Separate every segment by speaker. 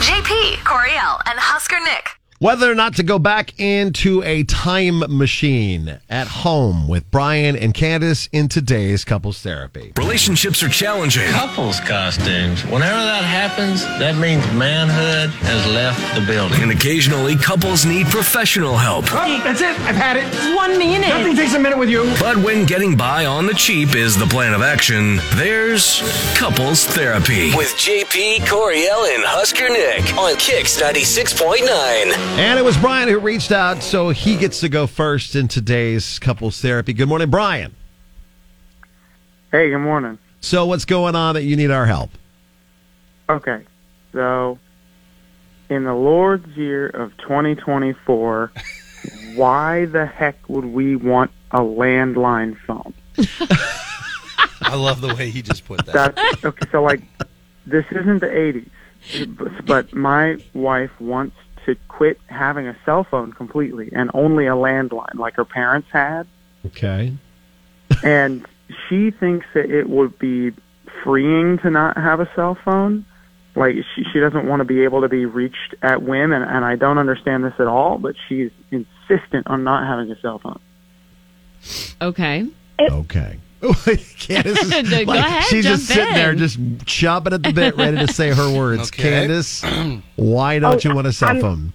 Speaker 1: P, Coriel, and Husker Nick.
Speaker 2: Whether or not to go back into a time machine at home with Brian and Candace in today's couples therapy.
Speaker 3: Relationships are challenging.
Speaker 4: couples costumes. Whenever that happens, that means manhood has left the building.
Speaker 3: And occasionally, couples need professional help.
Speaker 5: Oh, that's it. I've had it.
Speaker 6: One minute.
Speaker 5: Nothing takes a minute with you.
Speaker 3: But when getting by on the cheap is the plan of action, there's couples therapy.
Speaker 7: With JP, Coriel, and Husker Nick on Kicks 96.9.
Speaker 2: And it was Brian who reached out, so he gets to go first in today's couples therapy. Good morning, Brian.
Speaker 8: Hey, good morning.
Speaker 2: So, what's going on that you need our help?
Speaker 8: Okay, so in the Lord's year of 2024, why the heck would we want a landline phone?
Speaker 4: I love the way he just put that.
Speaker 8: That's okay. So like, this isn't the 80s, but- but my wife wants to quit having a cell phone completely and only a landline, like her parents had.
Speaker 2: Okay.
Speaker 8: and she thinks that it would be freeing to not have a cell phone. Like she she doesn't want to be able to be reached at whim, and, and I don't understand this at all. But she's insistent on not having a cell phone.
Speaker 6: Okay.
Speaker 2: Okay. Candace is
Speaker 6: Go
Speaker 2: like,
Speaker 6: ahead,
Speaker 2: she's
Speaker 6: jump
Speaker 2: just sitting
Speaker 6: in.
Speaker 2: there, just chopping at the bit, ready to say her words.
Speaker 4: Okay.
Speaker 2: Candace, why don't
Speaker 6: Oh,
Speaker 2: you want a cell
Speaker 9: I'm-
Speaker 2: phone?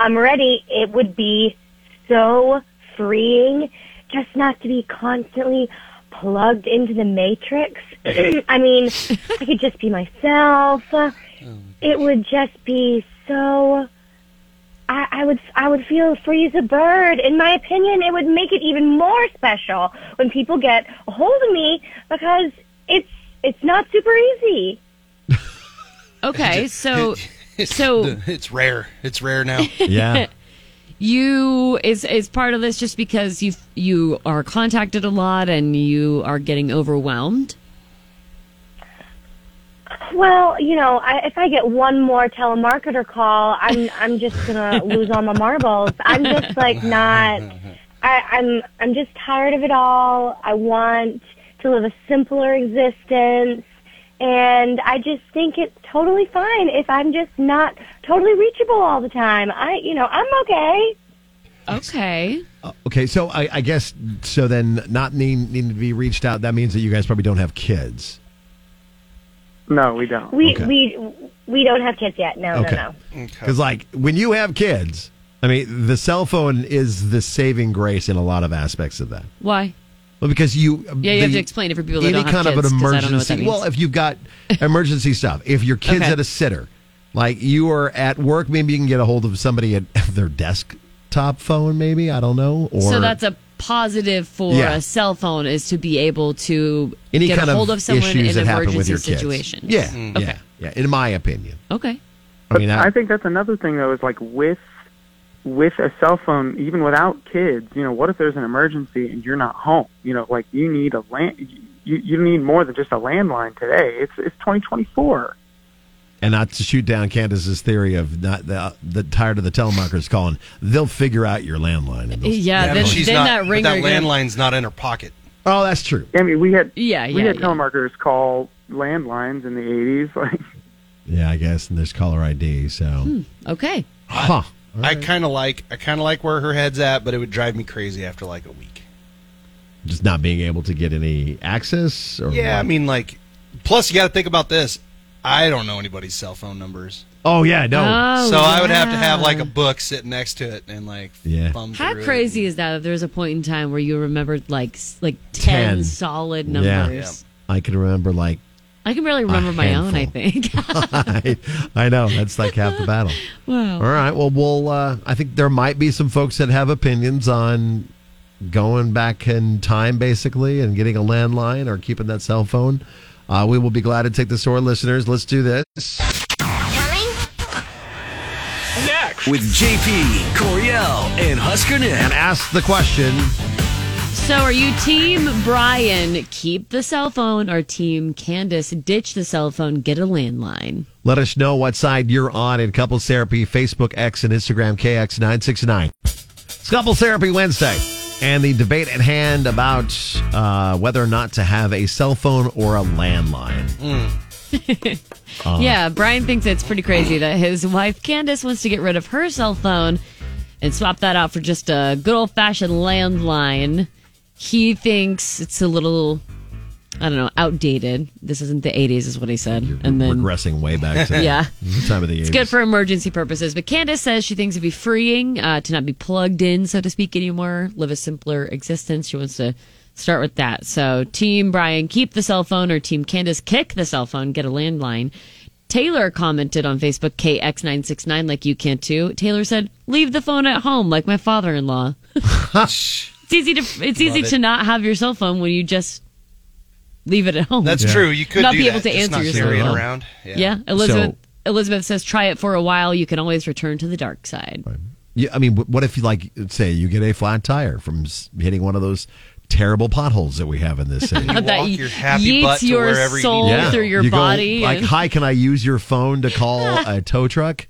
Speaker 9: I'm ready. It would be so freeing just not to be constantly plugged into the matrix. I mean, I could just be myself. It would just be so. I, I would I would feel free as a bird. In my opinion, it would make it even more special when people get a hold of me because it's it's not super easy.
Speaker 6: Okay. So so
Speaker 4: it's rare. It's rare now.
Speaker 2: Yeah.
Speaker 6: you is is part of this just because you you are contacted a lot and you are getting overwhelmed.
Speaker 9: Well, you know, I, if I get one more telemarketer call, I'm I'm just gonna lose all my marbles. I'm just like not. I, I'm I'm just tired of it all. I want to live a simpler existence, and I just think it's totally fine if I'm just not totally reachable all the time. I, you know, I'm okay.
Speaker 6: Okay.
Speaker 2: Uh, okay. So, I, I guess, so then not need, needing to be reached out, that means that you guys probably don't have kids.
Speaker 8: No, we don't.
Speaker 9: We
Speaker 2: Okay.
Speaker 9: we we don't have kids yet. No,
Speaker 2: Okay.
Speaker 9: no, no.
Speaker 2: Because, like, when you have kids, I mean, the cell phone is the saving grace in a lot of aspects of that.
Speaker 6: Why?
Speaker 2: Well, because you
Speaker 6: Yeah, you have to explain it for people that
Speaker 2: any
Speaker 6: don't have
Speaker 2: kind of
Speaker 6: kids,
Speaker 2: an
Speaker 6: 'cause
Speaker 2: emergency.
Speaker 6: I don't know what that
Speaker 2: Well,
Speaker 6: means.
Speaker 2: if you've got emergency stuff, if your kid's
Speaker 6: Okay.
Speaker 2: at a sitter, like you are at work, maybe you can get a hold of somebody at their desktop phone. Maybe I don't know. Or
Speaker 6: so that's a positive for
Speaker 2: Yeah.
Speaker 6: a cell phone is to be able to
Speaker 2: any
Speaker 6: get
Speaker 2: kind
Speaker 6: a hold of, someone in
Speaker 2: issues that
Speaker 6: an
Speaker 2: happen with
Speaker 6: emergency
Speaker 2: your kids.
Speaker 6: situation.
Speaker 2: Yeah, yeah,
Speaker 6: Okay.
Speaker 2: yeah. In my opinion,
Speaker 6: Okay.
Speaker 2: I mean, I,
Speaker 8: I think that's another thing though is like with with a cell phone, even without kids, you know, what if there's an emergency and you're not home? You know, like you need a land, you you need more than just a landline today. It's it's 2024.
Speaker 2: and not to shoot down Candace's theory of not the, the tired of the telemarketers calling, they'll figure out your landline. And they'll-
Speaker 6: Yeah.
Speaker 4: but
Speaker 6: then
Speaker 4: she's
Speaker 6: then
Speaker 4: not,
Speaker 6: that
Speaker 4: but
Speaker 6: ringer.
Speaker 4: that
Speaker 6: gonna-
Speaker 4: landline's not in her pocket.
Speaker 2: oh, that's true.
Speaker 8: I mean, we had
Speaker 6: Yeah,
Speaker 8: we
Speaker 6: Uh, yeah,
Speaker 8: had
Speaker 6: yeah.
Speaker 8: telemarketers call landlines in the 80s. Like,
Speaker 2: Yeah, I guess. And there's caller ID, so
Speaker 6: Hmm. okay.
Speaker 2: huh.
Speaker 4: I kind of like. I kind of like where her head's at, but it would drive me crazy after like a week.
Speaker 2: just not being able to get any access or
Speaker 4: Yeah, I
Speaker 2: what?
Speaker 4: mean, like. Plus, you got to think about this. I don't know anybody's cell phone numbers,
Speaker 2: oh yeah no
Speaker 6: Oh,
Speaker 4: so I would have to have
Speaker 6: yeah.
Speaker 4: like a book sitting next to it and like
Speaker 2: Yeah.
Speaker 4: thumb
Speaker 6: How
Speaker 4: through it.
Speaker 6: crazy is that? That there's a point in time where you remembered like s- like ten,
Speaker 2: Ten.
Speaker 6: solid
Speaker 2: Yeah.
Speaker 6: numbers.
Speaker 2: i can remember like
Speaker 6: I can barely remember my own. I think.
Speaker 2: I, I know that's like half the battle all
Speaker 6: wow.
Speaker 2: right well we'll uh, i think there might be some folks that have opinions on going back in time basically and getting a landline or keeping that cell phone uh, we will be glad to take this to our listeners let's do this
Speaker 3: With JP, Coriel, and Husker Nick.
Speaker 2: and ask the question
Speaker 6: So, are you team Brian? Keep the cell phone, or team Candace? Ditch the cell phone, get a landline.
Speaker 2: let us know what side you're on in couples therapy facebook x and instagram kx969 It's Couple Therapy Wednesday. And the debate at hand about uh, whether or not to have a cell phone or a landline.
Speaker 6: Yeah, Brian thinks it's pretty crazy that his wife Candace wants to get rid of her cell phone and swap that out for just a good old fashioned landline. He thinks it's a little, I don't know, outdated. This isn't the 80s, is what he said. And then,
Speaker 2: Regressing way back to
Speaker 6: yeah.
Speaker 2: the time of the
Speaker 6: It's good for emergency purposes. But Candace says she thinks it'd be freeing uh, to not be plugged in, so to speak, anymore, live a simpler existence. She wants to start with that. So, Team Brian, keep the cell phone, or Team Candace, kick the cell phone, get a landline. Taylor commented on Facebook, KX969, like you can too. Taylor said, leave the phone at home, like my father in law. it's easy to, it's easy to not have your cell phone when you just leave it at home.
Speaker 10: That's true. You could
Speaker 6: Not
Speaker 10: do
Speaker 6: be
Speaker 10: that,
Speaker 6: able to
Speaker 10: just
Speaker 6: answer
Speaker 10: not
Speaker 6: yourself.
Speaker 10: carry it
Speaker 6: Yeah.
Speaker 10: around.
Speaker 6: Yeah, Elizabeth. Elizabeth says, "Try it for a while. You can always return to the dark side."
Speaker 2: Yeah, I mean, wh- what if you like say you get a flat tire from s- hitting one of those terrible potholes that we have in this city?
Speaker 10: You
Speaker 6: That
Speaker 10: walk
Speaker 6: ye-
Speaker 10: your happy
Speaker 6: yeets
Speaker 10: butt to
Speaker 6: your
Speaker 10: wherever you
Speaker 6: soul
Speaker 10: need.
Speaker 6: through your
Speaker 2: You go,
Speaker 6: body.
Speaker 2: like,
Speaker 6: and-
Speaker 2: hi, can I use your phone to call a tow truck?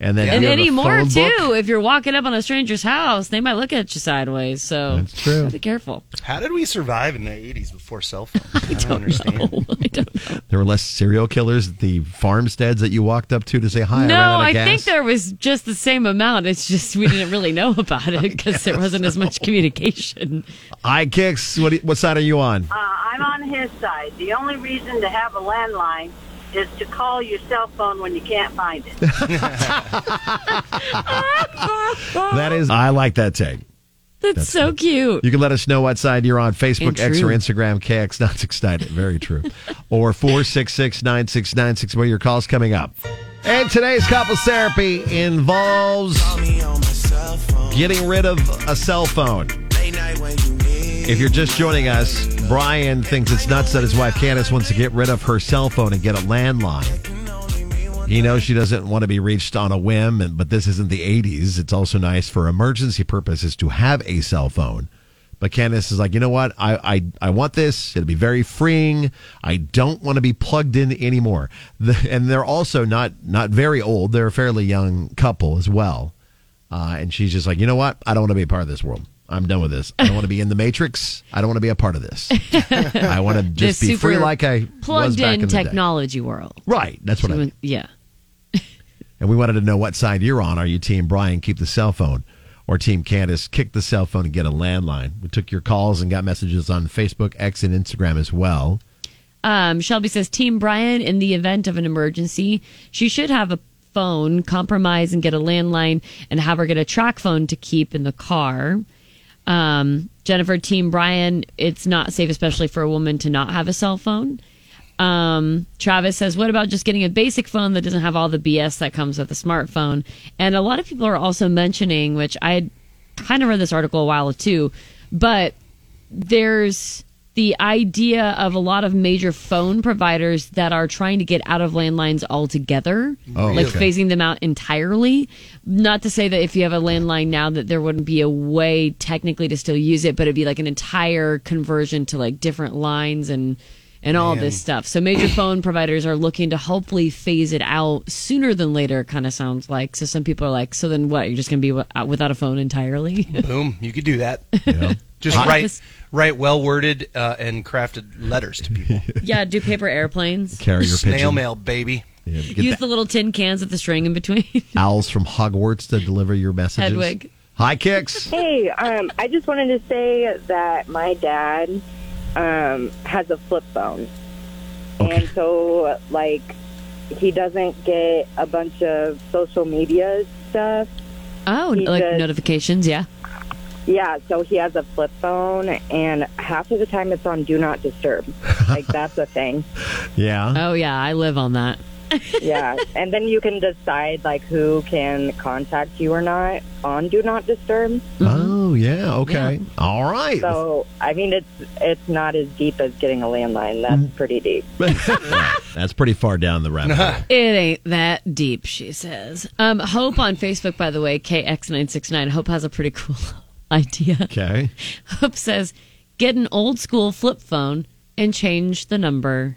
Speaker 2: And then
Speaker 6: and
Speaker 2: you have a
Speaker 6: anymore
Speaker 2: phone
Speaker 6: too.
Speaker 2: book?
Speaker 6: If you're walking up on a stranger's house, they might look at you sideways. So
Speaker 2: That's true.
Speaker 6: Gotta Be careful.
Speaker 10: How did we survive in the 80s before cell phones? I, don't, understand.
Speaker 2: There were less serial killers at the farmsteads that you walked up to to say hi.
Speaker 6: no,
Speaker 2: I, ran out of
Speaker 6: I
Speaker 2: gas.
Speaker 6: think there was just the same amount. It's just we didn't really know about it because there wasn't as much communication.
Speaker 2: I kicks. What, do you- what side are you on?
Speaker 9: Uh, I'm on his side. The only reason to have a landline is to call your cell phone when you can't find it.
Speaker 2: that is. I like that take.
Speaker 6: That's, so cute.
Speaker 2: You can let us know what side you're on Facebook,
Speaker 6: And
Speaker 2: X, or
Speaker 6: true.
Speaker 2: Instagram, KX, not excited. Very true. or 466 9696, where your call's coming up. And today's couples therapy involves getting rid of a cell phone. If you're just joining us, Brian thinks it's nuts that his wife Candace wants to get rid of her cell phone and get a landline. He knows she doesn't want to be reached on a whim, and, but this isn't the 80s. It's also nice for emergency purposes to have a cell phone. But Candace is like, you know what? I, I, I want this. It'll be very freeing. I don't want to be plugged in anymore. The, and they're also not, not very old. They're a fairly young couple as well. Uh, and she's just like, you know what? I don't want to be a part of this world. I'm done with this. I don't want to be in the matrix. I don't want to be a part of this. I want to just
Speaker 6: This
Speaker 2: be free
Speaker 6: super
Speaker 2: like I was
Speaker 6: Plugged
Speaker 2: back in,
Speaker 6: in
Speaker 2: the day."
Speaker 6: technology world.
Speaker 2: Right. That's what I mean.
Speaker 6: Yeah.
Speaker 2: And we wanted to know what side you're on. Are you team Brian, keep the cell phone, or team Candace, kick the cell phone and get a landline? We took your calls and got messages on Facebook, X, and Instagram as well.
Speaker 6: Um, Shelby says, Team Brian, in the event of an emergency, she should have a phone, compromise and get a landline, and have her get a track phone to keep in the car. Um, Jennifer, Team Brian, it's not safe, especially for a woman, to not have a cell phone. Um, Travis says, What about just getting a basic phone that doesn't have all the BS that comes with a smartphone? And a lot of people are also mentioning, which I had kind of read this article a while too, but there's the idea of a lot of major phone providers that are trying to get out of landlines altogether,
Speaker 2: Oh,
Speaker 6: like
Speaker 2: okay.
Speaker 6: phasing them out entirely. Not to say that if you have a landline now that there wouldn't be a way technically to still use it, but it'd be like an entire conversion to like different lines and and all this stuff. So major phone providers are looking to hopefully phase it out sooner than later. Kind of sounds like. So some people are like, so then what? You're just going to be wi- without a phone entirely?
Speaker 10: Boom. You could do that.
Speaker 2: Yeah.
Speaker 10: Just
Speaker 6: Hi.
Speaker 10: write, write well worded uh, and crafted letters to people.
Speaker 6: yeah, do paper airplanes.
Speaker 2: Carrier
Speaker 10: Snail
Speaker 2: pigeon.
Speaker 10: mail, baby.
Speaker 2: Yeah, get
Speaker 6: Use
Speaker 2: the
Speaker 6: the little tin cans with the string in between.
Speaker 2: owls from Hogwarts to deliver your messages.
Speaker 6: Hedwig.
Speaker 2: Hi, kicks.
Speaker 9: Hey, um, I just wanted to say that my dad um, has a flip phone. And so, like, he doesn't get a bunch of social media stuff.
Speaker 6: oh,
Speaker 9: He
Speaker 6: like
Speaker 9: does.
Speaker 6: notifications. Yeah.
Speaker 9: Yeah, so he has a flip phone, and half of the time it's on Do Not Disturb. like, that's a thing.
Speaker 2: Yeah.
Speaker 6: Oh yeah, I live on that.
Speaker 9: Yeah. and then you can decide, like, who can contact you or not on Do Not Disturb.
Speaker 2: Oh, yeah. Okay. All right.
Speaker 9: So, I mean, it's it's not as deep as getting a landline. That's pretty deep.
Speaker 2: That's pretty far down the rabbit hole.
Speaker 6: It ain't that deep, she says. Um, Hope on Facebook, by the way, KX969. Hope has a pretty cool idea.
Speaker 2: Okay.
Speaker 6: Hope says, get an old school flip phone and change the number.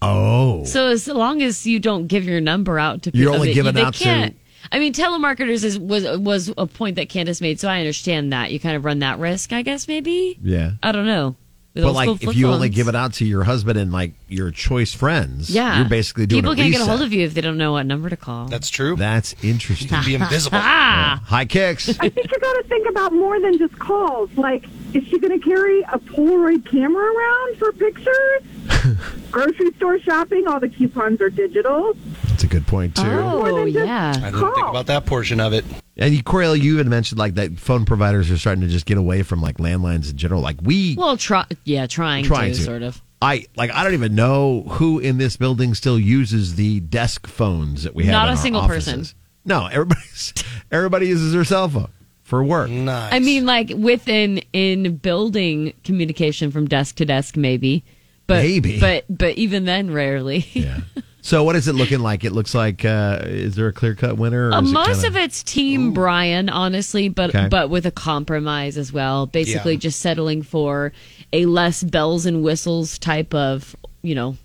Speaker 2: Oh.
Speaker 6: So as long as you don't give your number out to people,
Speaker 2: You're only
Speaker 6: they-
Speaker 2: giving
Speaker 6: they
Speaker 2: out to-
Speaker 6: can't. I mean, telemarketers is, was was a point that Candace made, so I understand that you kind of run that risk, I guess. Maybe
Speaker 2: Yeah.
Speaker 6: I don't know. with
Speaker 2: but
Speaker 6: old
Speaker 2: like,
Speaker 6: school
Speaker 2: if
Speaker 6: flip
Speaker 2: you only
Speaker 6: phones.
Speaker 2: give it out to your husband and like your choice friends,
Speaker 6: yeah,
Speaker 2: you're basically doing
Speaker 6: people
Speaker 2: a
Speaker 6: can't get a
Speaker 2: reset.
Speaker 6: hold of you if they don't know what number to call.
Speaker 2: That's true. That's interesting.
Speaker 6: You can be invisible. Ah.
Speaker 2: Yeah. High kicks.
Speaker 11: I think you got to think about more than just calls. Like, is she going to carry a Polaroid camera around for pictures? Grocery store shopping, all the coupons are digital.
Speaker 2: That's a good point too.
Speaker 11: Oh,
Speaker 6: yeah.
Speaker 10: I didn't think about that portion of it.
Speaker 2: And you, Coriel, you had mentioned like that phone providers are starting to just get away from like landlines in general. Like we
Speaker 6: Well, try yeah, trying,
Speaker 2: trying
Speaker 6: to,
Speaker 2: to
Speaker 6: sort of.
Speaker 2: I like I don't even know who in this building still uses the desk phones that we have.
Speaker 6: Not
Speaker 2: in
Speaker 6: a
Speaker 2: our
Speaker 6: single person.
Speaker 2: offices. No, everybody's everybody uses their cell phone for work.
Speaker 10: Nice.
Speaker 6: I mean, like within in building communication from desk to desk, maybe, but
Speaker 2: Maybe.
Speaker 6: but but even then, rarely.
Speaker 2: So what is it looking like? It looks like uh, is there a clear cut winner? Or
Speaker 6: Uh,
Speaker 2: is it
Speaker 6: most
Speaker 2: kinda-
Speaker 6: of it's Team Brian, honestly, but
Speaker 2: Okay.
Speaker 6: but with a compromise as well. Basically,
Speaker 2: Yeah.
Speaker 6: just settling for a less bells and whistles type of you know,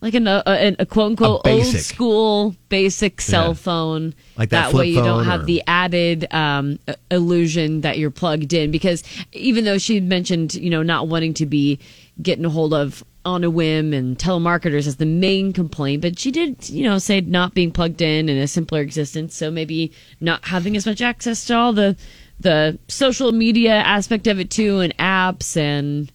Speaker 6: like an, a, an, a quote unquote
Speaker 2: A
Speaker 6: old
Speaker 2: basic.
Speaker 6: school basic cell
Speaker 2: Yeah.
Speaker 6: phone.
Speaker 2: Like that flip
Speaker 6: way you don't
Speaker 2: phone
Speaker 6: have
Speaker 2: or-
Speaker 6: the added um, uh, illusion that you're plugged in because even though she had mentioned you know not wanting to be getting a hold of on a whim and telemarketers as the main complaint but she did you know say not being plugged in and a simpler existence so maybe not having as much access to all the the social media aspect of it too and apps and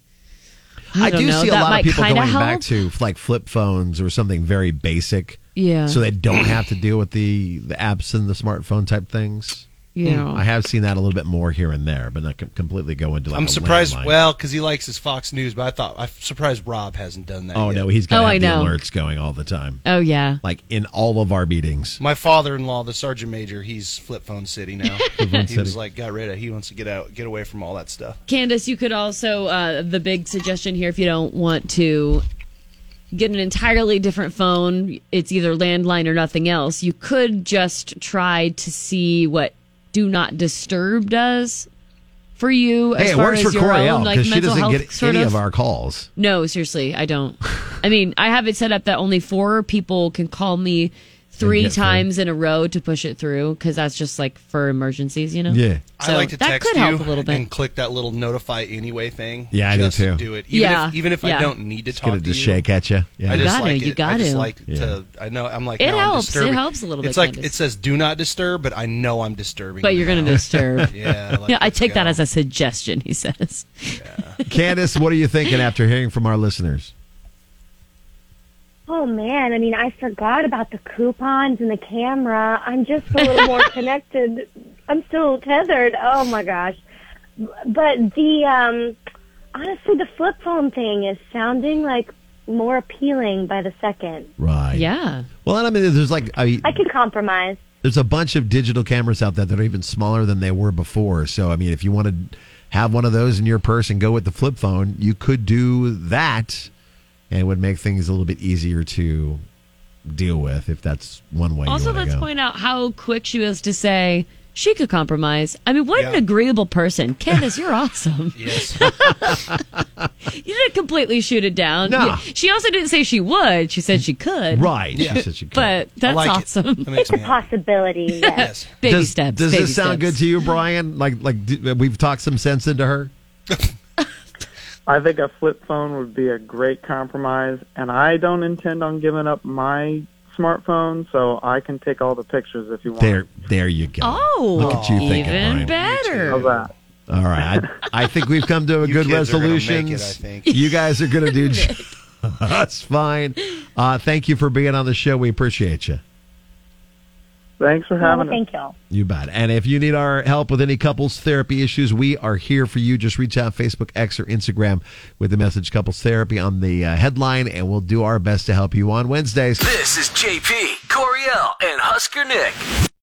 Speaker 6: i,
Speaker 2: I,
Speaker 6: don't
Speaker 2: do
Speaker 6: know,
Speaker 2: see a
Speaker 6: that
Speaker 2: lot
Speaker 6: might
Speaker 2: of people
Speaker 6: kinda
Speaker 2: going
Speaker 6: help.
Speaker 2: back to like flip phones or something very basic.
Speaker 6: Yeah.
Speaker 2: So they don't have to deal with the the apps and the smartphone type things.
Speaker 6: Yeah.
Speaker 2: Mm, I have seen that a little bit more here and there, but not com- completely go into like
Speaker 10: I'm
Speaker 2: a
Speaker 10: surprised.
Speaker 2: landline.
Speaker 10: Well, because he likes his Fox News, but I thought I'm surprised Rob hasn't done that.
Speaker 2: Oh
Speaker 10: yet.
Speaker 2: no, he's got
Speaker 6: Oh,
Speaker 2: to
Speaker 6: I
Speaker 2: have the
Speaker 6: know.
Speaker 2: alerts going all the time.
Speaker 6: oh yeah
Speaker 2: Like in all of our meetings.
Speaker 10: My father-in-law, the sergeant major, he's flip phone city now. he
Speaker 2: Flip phone
Speaker 10: was
Speaker 2: city.
Speaker 10: like, got rid of. He wants to get out, get away from all that stuff.
Speaker 6: Candace, you could also uh, the big suggestion here if you don't want to get an entirely different phone, it's either landline or nothing else. You could just try to see what do not disturb does for you as
Speaker 2: Hey, it
Speaker 6: far
Speaker 2: works
Speaker 6: as
Speaker 2: for
Speaker 6: your
Speaker 2: Coriel
Speaker 6: own
Speaker 2: because
Speaker 6: like
Speaker 2: she
Speaker 6: mental
Speaker 2: doesn't
Speaker 6: health
Speaker 2: get
Speaker 6: sort
Speaker 2: any
Speaker 6: of.
Speaker 2: of our calls.
Speaker 6: no, seriously, I don't. I mean, I have it set up that only four people can call me three
Speaker 2: get through.
Speaker 6: times in a row to push it through because that's just like for emergencies, you know.
Speaker 2: Yeah.
Speaker 10: I
Speaker 6: So
Speaker 10: like to
Speaker 6: that
Speaker 10: text
Speaker 6: could
Speaker 10: you
Speaker 6: help a little bit.
Speaker 10: and click that little notify anyway thing.
Speaker 2: Yeah, I do
Speaker 10: just
Speaker 2: too.
Speaker 10: Do it, even
Speaker 6: Yeah,
Speaker 10: if, even if
Speaker 6: yeah.
Speaker 10: I don't need to
Speaker 2: Just
Speaker 10: talk
Speaker 2: get
Speaker 10: to
Speaker 2: it to
Speaker 10: you.
Speaker 2: shake at you. Yeah.
Speaker 10: I just uh,
Speaker 6: gotta,
Speaker 10: like
Speaker 6: you
Speaker 10: it. I just
Speaker 6: gotta.
Speaker 10: like
Speaker 2: Yeah.
Speaker 10: to. I know. I'm like.
Speaker 6: It
Speaker 10: no, I'm
Speaker 6: helps. It
Speaker 10: disturbing.
Speaker 6: helps a little
Speaker 10: It's
Speaker 6: bit,
Speaker 10: like
Speaker 6: Candace.
Speaker 10: it says, "Do not disturb," but I know I'm disturbing.
Speaker 6: But
Speaker 10: you
Speaker 6: you're going to
Speaker 10: now.
Speaker 6: disturb.
Speaker 10: yeah. like,
Speaker 6: yeah, I
Speaker 10: let's
Speaker 6: take that
Speaker 10: go.
Speaker 6: as a suggestion, he says.
Speaker 2: Candace, what are you thinking after hearing from our listeners?
Speaker 9: Oh man, I mean, I forgot about the coupons and the camera. I'm just a little more connected. I'm still tethered. Oh my gosh. But the, um, honestly, the flip phone thing is sounding like more appealing by the second.
Speaker 2: Right.
Speaker 6: Yeah.
Speaker 2: Well, and I mean, there's like I,
Speaker 9: I could compromise.
Speaker 2: there's a bunch of digital cameras out there that are even smaller than they were before. So, I mean, if you want to have one of those in your purse and go with the flip phone, you could do that, and it would make things a little bit easier to deal with if that's one way.
Speaker 6: Also,
Speaker 2: you wanna
Speaker 6: let's
Speaker 2: go.
Speaker 6: point out how quick she was to say she could compromise. I mean, what an
Speaker 10: Yeah.
Speaker 6: agreeable person. Candace, you're awesome.
Speaker 10: Yes.
Speaker 6: You didn't completely shoot it down.
Speaker 2: Nah.
Speaker 6: You- She also didn't say she would. She said she could.
Speaker 2: right?
Speaker 10: Yeah.
Speaker 2: She said she could.
Speaker 6: But that's
Speaker 10: like it.
Speaker 6: awesome.
Speaker 10: That makes
Speaker 9: It's a
Speaker 10: me happy.
Speaker 9: possibility. Yes.
Speaker 10: Yes.
Speaker 6: Baby
Speaker 2: does,
Speaker 6: steps.
Speaker 2: Does
Speaker 6: baby
Speaker 2: this sound
Speaker 6: steps.
Speaker 2: good to you, Brian? Like, like d- we've talked some sense into her.
Speaker 8: I think a flip phone would be a great compromise, and I don't intend on giving up my smartphone, so I can take all the pictures if you want.
Speaker 2: There, there you go.
Speaker 6: Oh,
Speaker 2: look at you thinking,
Speaker 6: even
Speaker 2: Brian.
Speaker 8: How's
Speaker 6: better.
Speaker 8: that?
Speaker 2: All right, I, I think we've come to a
Speaker 10: You
Speaker 2: good
Speaker 10: kids are gonna make it, I
Speaker 2: resolution.
Speaker 10: think.
Speaker 2: You guys are going to do that's fine. Uh, thank you for being on the show. We appreciate you.
Speaker 8: Thanks for
Speaker 9: Well,
Speaker 8: having us.
Speaker 9: thank y'all.
Speaker 2: You bet. And if you need our help with any couples therapy issues, we are here for you. Just reach out Facebook, X, or Instagram with the message "couples therapy" on the uh, headline, and we'll do our best to help you on Wednesdays.
Speaker 7: This is JP, Coriel, and Husker Nick.